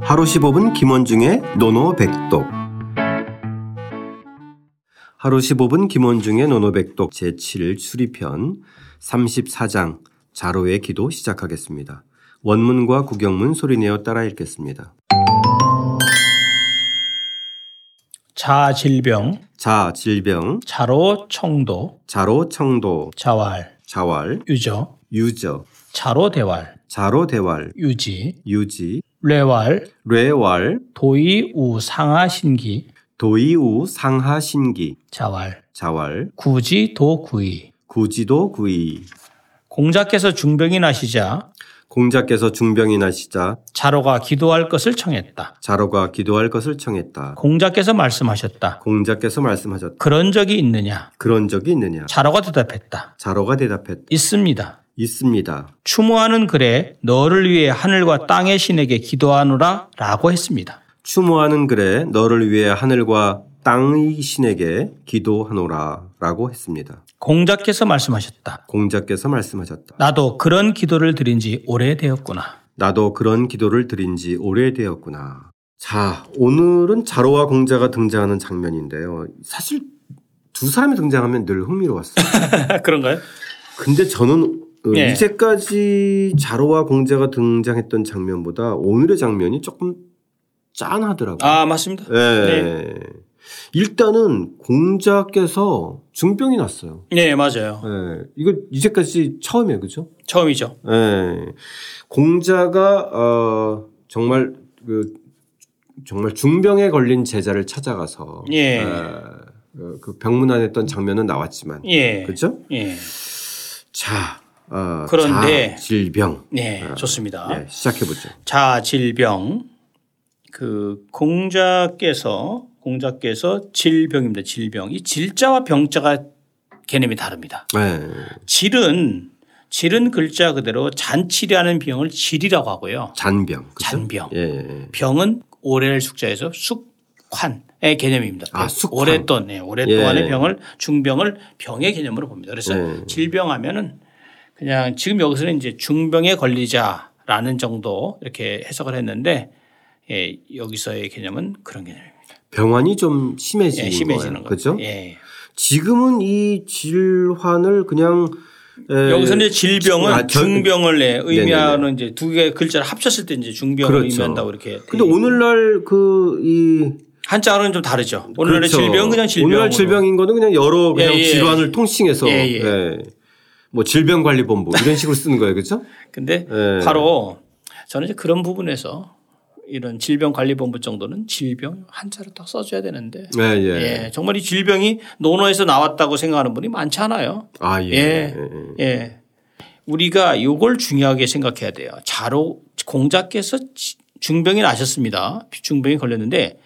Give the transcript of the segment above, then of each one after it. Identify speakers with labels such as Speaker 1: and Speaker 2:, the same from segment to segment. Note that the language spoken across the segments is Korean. Speaker 1: 하루 15분 김원중의 노노백독 하루 15분 김원중의 노노백독 제7 수리편 34장 자로의 기도 시작하겠습니다. 원문과 구경문 소리내어 따라 읽겠습니다.
Speaker 2: 자질병,
Speaker 1: 자 질병
Speaker 2: 자로 청도,
Speaker 1: 자로 청도
Speaker 2: 자활,
Speaker 1: 자활
Speaker 2: 유저,
Speaker 1: 유저
Speaker 2: 자로 대활,
Speaker 1: 자로 대활
Speaker 2: 유지,
Speaker 1: 유지
Speaker 2: 뇌활,
Speaker 1: 뇌활
Speaker 2: 도이우 상하신기,
Speaker 1: 도이우 상하신기
Speaker 2: 자활,
Speaker 1: 자활
Speaker 2: 구지 도구이.
Speaker 1: 구지도 구이
Speaker 2: 공자께서 중병이 나시자
Speaker 1: 공자께서 중병이 나시자
Speaker 2: 자로가 기도할 것을 청했다.
Speaker 1: 자로가 기도할 것을 청했다.
Speaker 2: 공자께서 말씀하셨다.
Speaker 1: 공자께서 말씀하셨다.
Speaker 2: 그런 적이 있느냐?
Speaker 1: 그런 적이 있느냐?
Speaker 2: 자로가 대답했다.
Speaker 1: 자로가 대답했다.
Speaker 2: 있습니다.
Speaker 1: 있습니다.
Speaker 2: 추모하는 글에 너를 위해 하늘과 땅의 신에게 기도하노라 라고 했습니다.
Speaker 1: 추모하는 글에 너를 위해 하늘과 땅의 신에게 기도하노라 라고 했습니다.
Speaker 2: 공자께서 말씀하셨다.
Speaker 1: 공자께서 말씀하셨다.
Speaker 2: 나도 그런 기도를 드린 지 오래되었구나.
Speaker 1: 나도 그런 기도를 드린 지 오래되었구나. 자, 오늘은 자로와 공자가 등장하는 장면인데요. 사실 두 사람이 등장하면 늘 흥미로웠어요.
Speaker 2: 그런가요?
Speaker 1: 근데 저는 어,
Speaker 2: 예.
Speaker 1: 이제까지 자로와 공자가 등장했던 장면보다 오늘의 장면이 조금 짠하더라고요.
Speaker 2: 아, 네. 맞습니다.
Speaker 1: 예. 일단은 공자께서 중병이 났어요.
Speaker 2: 네, 맞아요.
Speaker 1: 예. 이거 이제까지 처음이에요, 그죠?
Speaker 2: 처음이죠.
Speaker 1: 예. 공자가 어, 정말 그 정말 중병에 걸린 제자를 찾아가서
Speaker 2: 예.
Speaker 1: 어, 그 병문안했던 장면은 나왔지만
Speaker 2: 예.
Speaker 1: 그렇죠?
Speaker 2: 예.
Speaker 1: 자, 어,
Speaker 2: 그런데-
Speaker 1: 자, 질병
Speaker 2: 네, 좋습니다.
Speaker 1: 예, 시작해보죠.
Speaker 2: 자질병. 그 공자께서 공자께서 질병입니다. 질병. 이 질자와 병자가 개념이 다릅니다.
Speaker 1: 네.
Speaker 2: 질은 질은 글자 그대로 잔치라는 병을 질이라고 하고요.
Speaker 1: 잔병. 그죠?
Speaker 2: 잔병.
Speaker 1: 예, 예.
Speaker 2: 병은 오래를 숙자에서 숙환의 개념입니다.
Speaker 1: 아, 숙환.
Speaker 2: 오랫동안, 예, 오랫동안의
Speaker 1: 예.
Speaker 2: 병을 중병을 병의 개념으로 봅니다. 그래서
Speaker 1: 예.
Speaker 2: 질병하면은 그냥 지금 여기서는 이제 중병에 걸리자라는 정도 이렇게 해석을 했는데 예, 여기서의 개념은 그런 개념입니다.
Speaker 1: 병환이 좀 심해지는
Speaker 2: 예, 심해지는
Speaker 1: 거예요. 그죠?
Speaker 2: 예.
Speaker 1: 지금은 이 질환을 그냥 예, 에,
Speaker 2: 여기서는 이제 질병은
Speaker 1: 네. 아, 저- 네.
Speaker 2: 중병을 예, 의미하는 이제 두 개의 글자를 합쳤을 때 이제 중병을
Speaker 1: 그렇죠.
Speaker 2: 의미한다고 이렇게.
Speaker 1: 근데
Speaker 2: 돼 있-
Speaker 1: 오늘날 그이 그렇죠.
Speaker 2: 한자로는 좀 다르죠. 오늘날의 질병은 그냥 질병.
Speaker 1: 오늘날 질병인 거는 그냥 여러 그냥
Speaker 2: 예, 예.
Speaker 1: 질환을 통칭해서
Speaker 2: 예, 예.
Speaker 1: 뭐 질병관리본부 이런 식으로 쓰는 거예요. 그죠?
Speaker 2: 근데
Speaker 1: 예.
Speaker 2: 바로 저는 이제 그런 부분에서 이런 질병관리본부 정도는 질병 한자를 딱 써줘야 되는데
Speaker 1: 예, 예.
Speaker 2: 예, 정말 이 질병이 논어에서 나왔다고 생각하는 분이 많지 않아요.
Speaker 1: 아, 예.
Speaker 2: 예. 예. 우리가 이걸 중요하게 생각해야 돼요. 자로 공자께서 지- 중병이 나셨습니다. 중병이 걸렸는데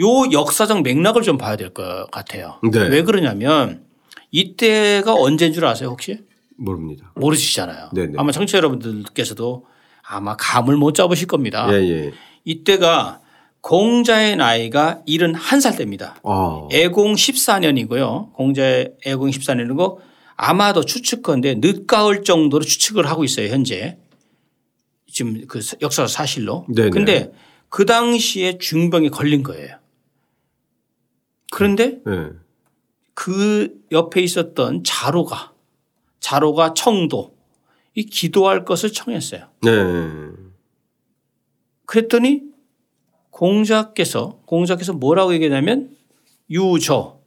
Speaker 2: 요 역사적 맥락을 좀 봐야 될 것 같아요.
Speaker 1: 네.
Speaker 2: 왜 그러냐면 이때가 언제인 줄 아세요 혹시?
Speaker 1: 모릅니다.
Speaker 2: 모르시잖아요.
Speaker 1: 네네.
Speaker 2: 아마 청취자 여러분들께서도 아마 감을 못 잡으실 겁니다.
Speaker 1: 예, 예.
Speaker 2: 이때가 공자의 나이가 71살 때입니다.
Speaker 1: 아.
Speaker 2: 애공 14년이고요. 공자의 애공 14년이고 아마도 추측컨대 늦가을 정도로 추측을 하고 있어요. 현재. 지금 그 역사 사실로.
Speaker 1: 네네.
Speaker 2: 근데 그 당시에 중병에 걸린 거예요. 그런데
Speaker 1: 예.
Speaker 2: 그 옆에 있었던 자로가 자로가 청도 이 기도할 것을 청했어요.
Speaker 1: 네.
Speaker 2: 그랬더니 공자께서 공자께서 뭐라고 얘기하냐면 유저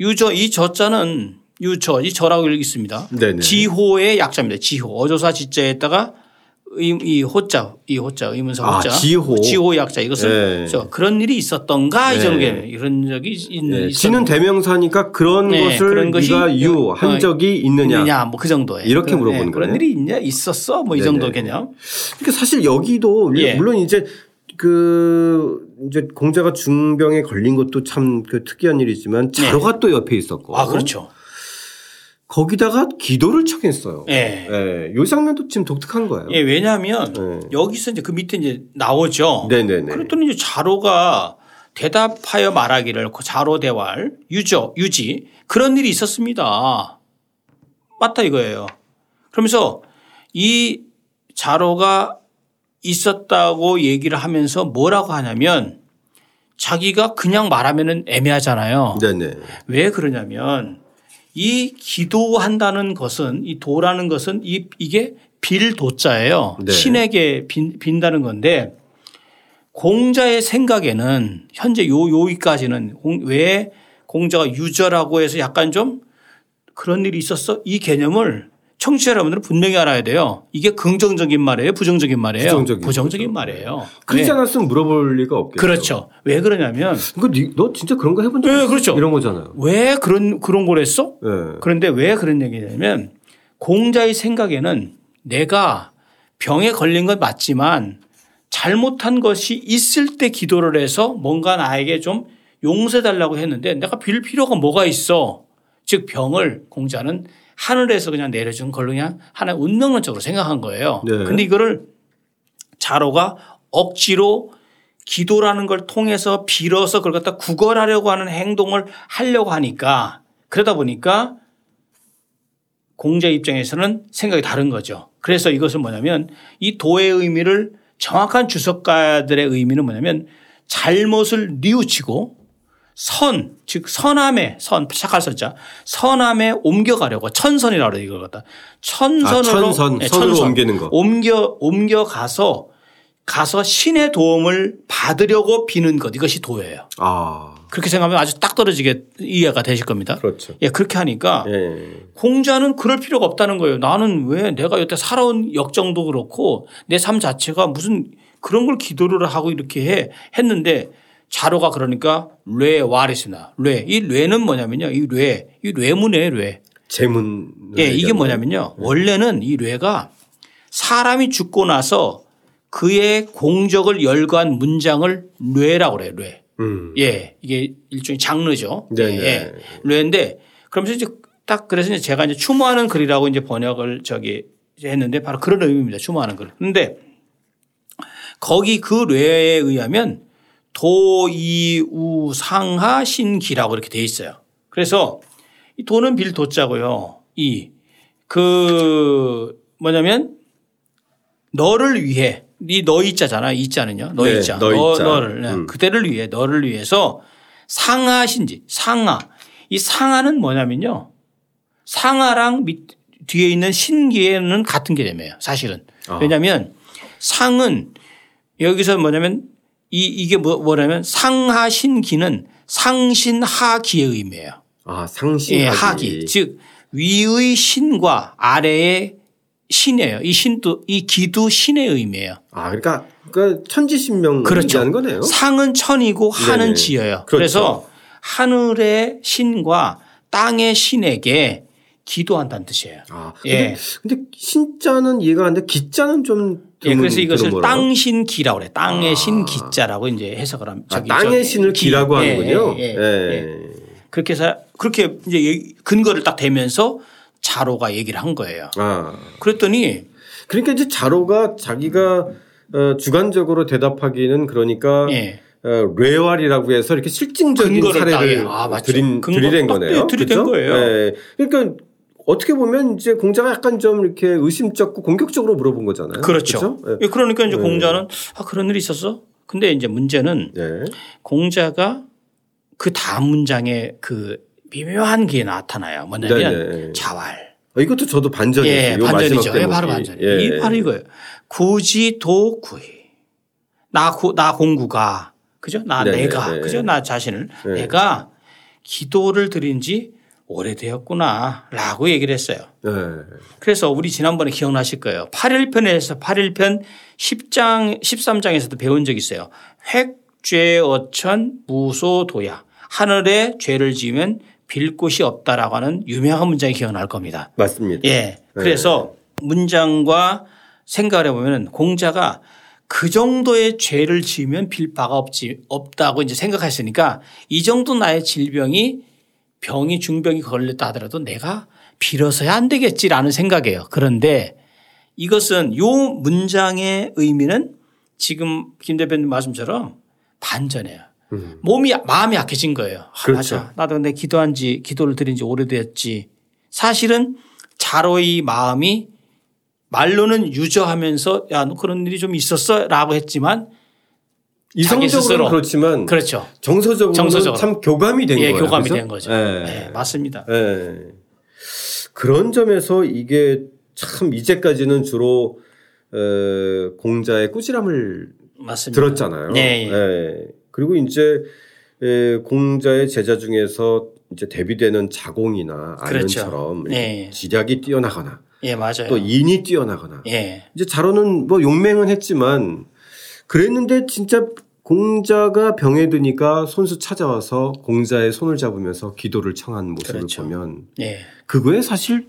Speaker 2: 유저 이 저자는 유저 이 저라고 읽습니다.
Speaker 1: 네네.
Speaker 2: 지호의 약자입니다. 지호 어조사 지자에다가 이, 이 호자 이 호자 의문사
Speaker 1: 아,
Speaker 2: 호자
Speaker 1: 지호.
Speaker 2: 지호의 약자 이것을
Speaker 1: 네.
Speaker 2: 저 그런 일이 있었던가
Speaker 1: 네.
Speaker 2: 이런 게 이런 적이 음, 있는
Speaker 1: 예, 지는 대명사니까 그런
Speaker 2: 네,
Speaker 1: 것을
Speaker 2: 그런 것이
Speaker 1: 네가
Speaker 2: 어,
Speaker 1: 유한 적이 있느냐.
Speaker 2: 뭐 그 정도예요.
Speaker 1: 이렇게
Speaker 2: 그런-
Speaker 1: 물어보는
Speaker 2: 예, 그런
Speaker 1: 거네요.
Speaker 2: 일이 있냐 있었어 뭐 이
Speaker 1: 네네.
Speaker 2: 정도 개념.
Speaker 1: 그러니까 사실 여기도
Speaker 2: 예.
Speaker 1: 물론 이제 그 이제 공자가 중병에 걸린 것도 참 그 특이한 일이지만 자로가 또 옆에 있었고
Speaker 2: 네. 아 그렇죠.
Speaker 1: 거기다가 기도를 청했어요.
Speaker 2: 예.
Speaker 1: 예, 요 장면도 지금 독특한 거예요.
Speaker 2: 예, 왜냐하면
Speaker 1: 네.
Speaker 2: 여기서 이제 그 밑에 이제 나오죠.
Speaker 1: 네네네.
Speaker 2: 그랬더니 이제 자로가 대답하여 말하기를 그 자로 대활 유저 유지 그런 일이 있었습니다. 맞다 이거예요. 그러면서 이 자로가 있었다고 얘기를 하면서 뭐라고 하냐면 자기가 그냥 말하면은 애매하잖아요.
Speaker 1: 네네.
Speaker 2: 왜 그러냐면 이 기도한다는 것은 이 도라는 것은 이 이게 빌 도자예요.
Speaker 1: 네.
Speaker 2: 신에게 빈, 빈다는 건데 공자의 생각에는 현재 요 요기까지는 공- 왜 공자가 유저라고 해서 약간 좀 그런 일이 있었어 이 개념을 청취자 여러분들은 분명히 알아야 돼요. 이게 긍정적인 말이에요, 부정적인 말이에요.
Speaker 1: 부정적인 거죠. 네.
Speaker 2: 말이에요.
Speaker 1: 그러지
Speaker 2: 왜?
Speaker 1: 않았으면 물어볼 리가 없겠죠.
Speaker 2: 그렇죠. 왜 그러냐면
Speaker 1: 이거 니- 너 진짜 그런 거 해본 적
Speaker 2: 예,
Speaker 1: 있어?
Speaker 2: 그렇죠.
Speaker 1: 이런 거잖아요.
Speaker 2: 왜 그런 그런 걸 했어?
Speaker 1: 예.
Speaker 2: 그런데 왜 그런 얘기냐면 공자의 생각에는 내가 병에 걸린 건 맞지만 잘못한 것이 있을 때 기도를 해서 뭔가 나에게 좀 용서해 달라고 했는데 내가 빌 필요가 뭐가 있어. 즉 병을 공자는 하늘에서 그냥 내려준 걸로 그냥 하나의 운명론적으로 생각한 거예요.
Speaker 1: 네.
Speaker 2: 근데 이거를 자로가 억지로 기도라는 걸 통해서 빌어서 그걸 갖다 구걸하려고 하는 행동을 하려고 하니까 그러다 보니까 공자 입장에서는 생각이 다른 거죠. 그래서 이것은 뭐냐면 이 도의 의미를 정확한 주석가들의 의미는 뭐냐면 잘못을 뉘우치고 선, 즉 선함의 선, 착할 선자 선함에 옮겨가려고 천선이라고 그래요 이걸 갖다 천선으로
Speaker 1: 아, 천선,
Speaker 2: 네,
Speaker 1: 선으로 옮기는 거.
Speaker 2: 옮겨 옮겨 가서 가서 신의 도움을 받으려고 비는 것 이것이 도예요.
Speaker 1: 아.
Speaker 2: 그렇게 생각하면 아주 딱 떨어지게 이해가 되실 겁니다.
Speaker 1: 그렇죠.
Speaker 2: 예, 그렇게 하니까
Speaker 1: 예.
Speaker 2: 공자는 그럴 필요가 없다는 거예요. 나는 왜 내가 여태 살아온 역정도 그렇고 내 삶 자체가 무슨 그런 걸 기도를 하고 이렇게 해 했는데 자로가 그러니까 뇌 와리스나 뇌이 뇌는 뭐냐면요 이뇌이 뇌문에 뇌
Speaker 1: 재문.
Speaker 2: 예, 이게 뭐냐면요. 원래는 이 뇌가 사람이 죽고 나서 그의 공적을 열거한 문장을 뇌라고 그래요, 뇌.
Speaker 1: 음.
Speaker 2: 예, 이게 일종의 장르죠.
Speaker 1: 네,
Speaker 2: 예,
Speaker 1: 네.
Speaker 2: 예. 뇌인데 그러면서 이제 딱 그래서 이제 제가 이제 추모하는 글이라고 이제 번역을 저기 이제 했는데 바로 그런 의미입니다. 추모하는 글. 그런데 거기 그 뇌에 의하면 도이우상하 신기라고 이렇게 돼 있어요. 그래서 이 도는 빌 도자고요. 이 그 뭐냐면 너를 위해 이 너이자잖아. 이자는요.
Speaker 1: 네,
Speaker 2: 너이자.
Speaker 1: 너희 자.
Speaker 2: 너를 네.
Speaker 1: 음.
Speaker 2: 그대를 위해 너를 위해서 상하신지 상하 이 상하는 뭐냐면요. 상하랑 밑 뒤에 있는 신기에는 같은 개념이에요. 사실은.
Speaker 1: 아.
Speaker 2: 왜냐하면 상은 여기서 뭐냐면 이 이게 뭐- 뭐냐면 상하 신기는 상신하기의 의미예요.
Speaker 1: 아,
Speaker 2: 예,
Speaker 1: 상신하기.
Speaker 2: 하기. 즉 위의 신과 아래의 신이에요. 이 신도 이 기도 신의 의미예요.
Speaker 1: 아, 그러니까 그 천지신명
Speaker 2: 그렇죠.
Speaker 1: 얘기하는 거네요.
Speaker 2: 상은 천이고 하는
Speaker 1: 네네.
Speaker 2: 지어요.
Speaker 1: 그렇죠.
Speaker 2: 그래서 하늘의 신과 땅의 신에게 기도한다는 뜻이에요.
Speaker 1: 아,
Speaker 2: 예.
Speaker 1: 근데, 근데 신자는 이해가 안 돼. 기자는 좀
Speaker 2: 예, 그래서
Speaker 1: 드문-
Speaker 2: 이것을
Speaker 1: 드물어요.
Speaker 2: 땅신기라고 그래. 요 땅의
Speaker 1: 아.
Speaker 2: 신기자라고 이제 해석을 합니다.
Speaker 1: 아, 땅의 신을 기라고 하는군요.
Speaker 2: 예, 예, 예.
Speaker 1: 예.
Speaker 2: 그렇게 해서 그렇게 이제 얘기- 근거를 딱 대면서 자로가 얘기를 한 거예요.
Speaker 1: 아.
Speaker 2: 그랬더니
Speaker 1: 그러니까 이제 자로가 자기가 어, 주관적으로 대답하기는 그러니까
Speaker 2: 예.
Speaker 1: 어, 레왈이라고 해서 이렇게 실증적인
Speaker 2: 근거를
Speaker 1: 사례를
Speaker 2: 따게. 아, 맞죠.
Speaker 1: 들인
Speaker 2: 근거
Speaker 1: 들이댄
Speaker 2: 딱
Speaker 1: 거네요.
Speaker 2: 들이댄
Speaker 1: 그죠?
Speaker 2: 거예요.
Speaker 1: 예. 그러니까 어떻게 보면 이제 공자가 약간 좀 이렇게 의심쩍고 공격적으로 물어본 거잖아요.
Speaker 2: 그렇죠.
Speaker 1: 그죠?
Speaker 2: 예, 그러니까 이제
Speaker 1: 예.
Speaker 2: 공자는 아 그런 일이 있었어. 근데 이제 문제는
Speaker 1: 예. 예.
Speaker 2: 공자가 그 다음 문장에 그 미묘한 게 나타나요. 뭐냐면
Speaker 1: 네네.
Speaker 2: 자활.
Speaker 1: 아, 이것도 저도 반전이에요.
Speaker 2: 예,
Speaker 1: 요
Speaker 2: 반전이죠.
Speaker 1: 마지막
Speaker 2: 예,
Speaker 1: 대목이.
Speaker 2: 바로 반전.
Speaker 1: 예.
Speaker 2: 이 바로 이거예요. 굳이 도구이. 나, 구, 나 공구가. 그죠? 나
Speaker 1: 네네.
Speaker 2: 내가. 그죠? 나 자신을.
Speaker 1: 네.
Speaker 2: 내가 기도를 드린 지 오래되었구나. 라고 얘기를 했어요.
Speaker 1: 예.
Speaker 2: 그래서 우리 지난번에 기억나실 거예요. 8일편에서 8일편 10장 13장에서도 배운 적 있어요. 획죄 어천 무소도야 하늘에 죄를 지으면 빌 곳이 없다라고 하는 유명한 문장이 기억날 겁니다.
Speaker 1: 맞습니다. 네.
Speaker 2: 예. 그래서 문장과 생각을 해보면 공자가 그 정도의 죄를 지으면 빌 바가 없지, 없다고 이제 생각했으니까 이 정도 나의 질병이 병이 중병이 걸렸다 하더라도 내가 빌어서야 안 되겠지라는 생각이에요. 그런데 이것은 요 문장의 의미는 지금 김 대표님 말씀처럼 반전해요. 몸이 마음이 약해진 거예요. 아,
Speaker 1: 그렇죠.
Speaker 2: 맞아. 나도 내 기도한 지 기도를 드린 지 오래되었지. 사실은 자로의 마음이 말로는 유저하면서 야, 너 그런 일이 좀 있었어 라고 했지만 자기
Speaker 1: 이성적으로는
Speaker 2: 스스로.
Speaker 1: 그렇지만
Speaker 2: 그렇죠.
Speaker 1: 정서적으로는
Speaker 2: 정서적으로.
Speaker 1: 참 교감이 음. 된
Speaker 2: 예,
Speaker 1: 거예요.
Speaker 2: 교감이
Speaker 1: 그죠?
Speaker 2: 된 거죠.
Speaker 1: 예.
Speaker 2: 예, 맞습니다.
Speaker 1: 예. 그런 점에서 이게 참 이제까지는 주로 에, 공자의 꾸지람을
Speaker 2: 맞습니다.
Speaker 1: 들었잖아요.
Speaker 2: 네, 예.
Speaker 1: 예. 그리고 이제 에, 공자의 제자 중에서 이제 대비되는 자공이나
Speaker 2: 그렇죠.
Speaker 1: 아련처럼
Speaker 2: 네.
Speaker 1: 지략이 뛰어나거나
Speaker 2: 예, 맞아요.
Speaker 1: 또 인이 뛰어나거나
Speaker 2: 예.
Speaker 1: 이제 자로는 뭐 용맹은 했지만 그랬는데 진짜 공자가 병에 드니까 손수 찾아와서 공자의 손을 잡으면서 기도를 청한 모습을
Speaker 2: 그렇죠.
Speaker 1: 보면
Speaker 2: 예.
Speaker 1: 그거에 사실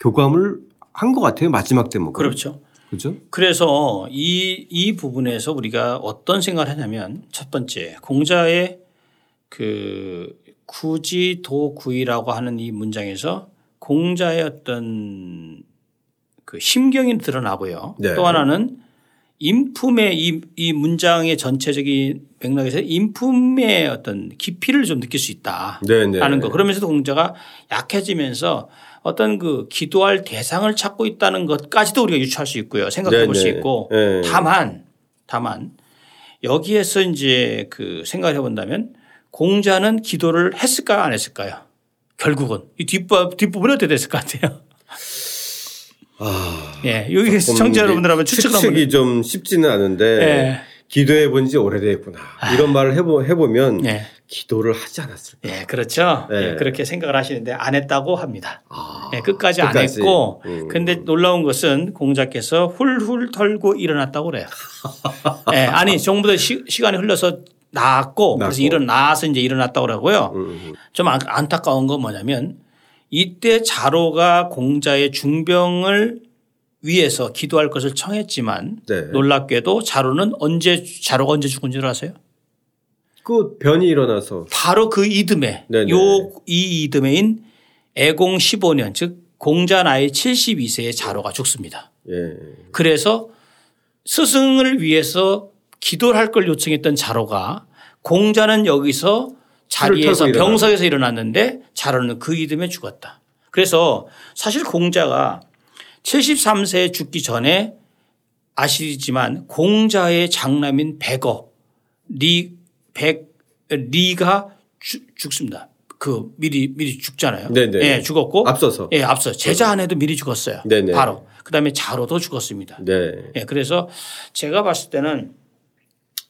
Speaker 1: 교감을 한 것 같아요 마지막 대목.
Speaker 2: 그렇죠.
Speaker 1: 그죠?
Speaker 2: 그래서 이, 이 부분에서 우리가 어떤 생각을 하냐면 첫 번째 공자의 그 구지 도구이라고 하는 이 문장에서 공자의 어떤 그 심경이 드러나고요.
Speaker 1: 네.
Speaker 2: 또 하나는 인품의 이, 이 문장의 전체적인 맥락에서 인품의 어떤 깊이를 좀 느낄 수 있다.
Speaker 1: 네네.
Speaker 2: 라는 거. 그러면서도 공자가 약해지면서 어떤 그 기도할 대상을 찾고 있다는 것까지도 우리가 유추할 수 있고요. 생각해 볼 수
Speaker 1: 네네.
Speaker 2: 있고.
Speaker 1: 예.
Speaker 2: 다만, 다만 여기에서 이제 그 생각해 본다면 공자는 기도를 했을까요? 안 했을까요? 결국은 이 뒷부, 뒷부분이 어떻게 됐을 것 같아요?
Speaker 1: 아,
Speaker 2: 예. 여기
Speaker 1: 조금
Speaker 2: 시청자 여러분들 하면
Speaker 1: 이제
Speaker 2: 추측을 한번
Speaker 1: 추측이 좀 쉽지는 않은데
Speaker 2: 예.
Speaker 1: 기도해 본 지 오래됐구나
Speaker 2: 아.
Speaker 1: 이런 말을 해보, 해보면
Speaker 2: 예.
Speaker 1: 기도를 하지 않았을까.
Speaker 2: 예, 그렇죠.
Speaker 1: 예.
Speaker 2: 예, 그렇게 생각을 하시는데 안 했다고 합니다.
Speaker 1: 아,
Speaker 2: 예, 끝까지, 안
Speaker 1: 끝까지.
Speaker 2: 했고
Speaker 1: 음.
Speaker 2: 근데 놀라운 것은 공자께서 훌훌 털고 일어났다고 그래요. 예, 아니 전부 다 시, 시간이 흘러서 나았고 그래서
Speaker 1: 나았고.
Speaker 2: 일어나서 이제 일어났다고 그러고요.
Speaker 1: 음,
Speaker 2: 좀 안, 안타까운 건 뭐냐면 이때 자로가 공자의 중병을 위해서 기도할 것을 청했지만
Speaker 1: 네.
Speaker 2: 놀랍게도 자로는 언제 자로가 언제 죽은 줄 아세요?
Speaker 1: 그 변이 일어나서
Speaker 2: 바로 그 이듬해
Speaker 1: 네네.
Speaker 2: 요 이 이듬해인 애공 15년 즉 공자 나이 72세의 자로가 죽습니다.
Speaker 1: 예.
Speaker 2: 그래서 스승을 위해서 기도를 할 걸 요청했던 자로가 공자는 여기서 자리에서
Speaker 1: 털고 일어나.
Speaker 2: 병석에서 일어났는데 자로는 그 이듬해 죽었다. 그래서 사실 공자가 73세에 죽기 전에 아시지만 공자의 장남인 백어 리, 백, 리가 죽, 죽습니다. 그 미리 미리 죽잖아요.
Speaker 1: 네네.
Speaker 2: 예, 죽었고
Speaker 1: 앞서서. 음.
Speaker 2: 예, 앞서 제자 아내도 미리 죽었어요.
Speaker 1: 네네.
Speaker 2: 바로. 그다음에 자로도 죽었습니다.
Speaker 1: 네.
Speaker 2: 예, 그래서 제가 봤을 때는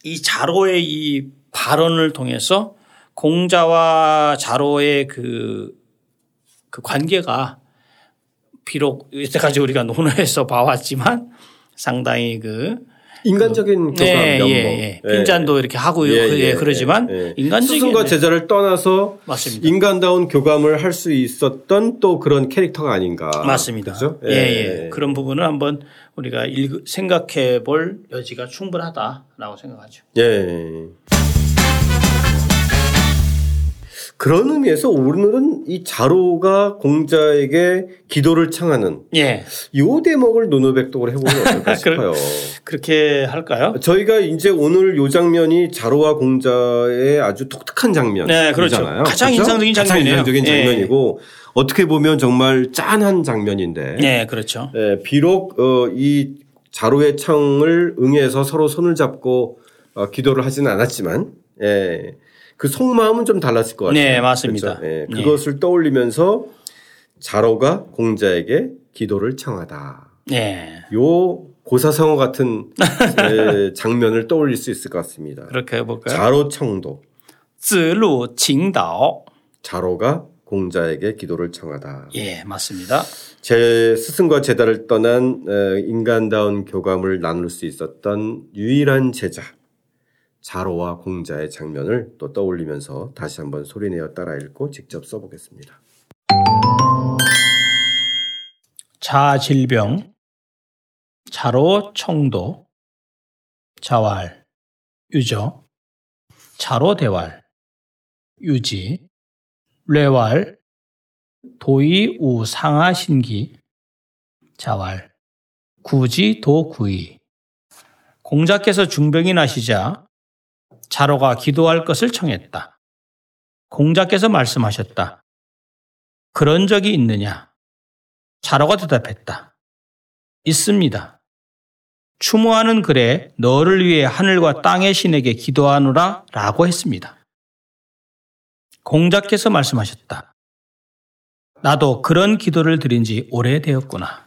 Speaker 2: 이 자로의 이 발언을 통해서 공자와 자로의 그, 그 관계가 비록 이때까지 우리가 논어에서 봐왔지만 상당히 그
Speaker 1: 인간적인 교감
Speaker 2: 예,
Speaker 1: 면목.
Speaker 2: 예, 예. 빈잔도 이렇게 하고 그, 예, 그러지만
Speaker 1: 예, 예.
Speaker 2: 인간적인 네.
Speaker 1: 스승과 제자를 떠나서
Speaker 2: 맞습니다.
Speaker 1: 인간다운 교감을 할 수 있었던 또 그런 캐릭터가 아닌가.
Speaker 2: 맞습니다.
Speaker 1: 그죠?
Speaker 2: 예, 예. 그런 부분을 한번 우리가 읽- 생각해 볼 여지가 충분하다라고 생각하죠.
Speaker 1: 예. 그런 의미에서 오늘은 이 자로가 공자에게 기도를 청하는
Speaker 2: 예.
Speaker 1: 요 대목을 노노백독을 해보면 어떨까 싶어요.
Speaker 2: 그렇게 할까요?
Speaker 1: 저희가 이제 오늘 요 장면이 자로와 공자의 아주 독특한 장면.
Speaker 2: 네, 그렇죠. 가장 인상적인 장면이에요. 예.
Speaker 1: 고 어떻게 보면 정말 짠한 장면인데.
Speaker 2: 네, 그렇죠.
Speaker 1: 예, 비록 어, 이 자로의 청을 응해서 서로 손을 잡고 어, 기도를 하지는 않았지만 예, 그 속마음은 좀 달랐을 것 같아요.
Speaker 2: 네, 맞습니다.
Speaker 1: 그렇죠? 예,
Speaker 2: 예.
Speaker 1: 그것을 떠올리면서 자로가 공자에게 기도를 청하다.
Speaker 2: 네.
Speaker 1: 요 고사성어 같은 예, 장면을 떠올릴 수 있을 것 같습니다.
Speaker 2: 그렇게 해볼까요?
Speaker 1: 자로 청도
Speaker 2: 쯔루 칭다오.
Speaker 1: 자로가 공자에게 기도를 청하다.
Speaker 2: 예, 맞습니다.
Speaker 1: 제 스승과 제자를 떠난 에, 인간다운 교감을 나눌 수 있었던 유일한 제자 자로와 공자의 장면을 또 떠올리면서 다시 한번 소리내어 따라 읽고 직접 써보겠습니다.
Speaker 2: 자질병, 자로 청도, 자활, 유저, 자로 대활, 유지, 뇌활, 도의 우상하 신기, 자활, 구지 도구이. 공자께서 중병이 나시자 자로가 기도할 것을 청했다. 공자께서 말씀하셨다. 그런 적이 있느냐? 자로가 대답했다. 있습니다. 추모하는 글에 너를 위해 하늘과 땅의 신에게 기도하노라 라고 했습니다. 공자께서 말씀하셨다. 나도 그런 기도를 드린 지 오래되었구나.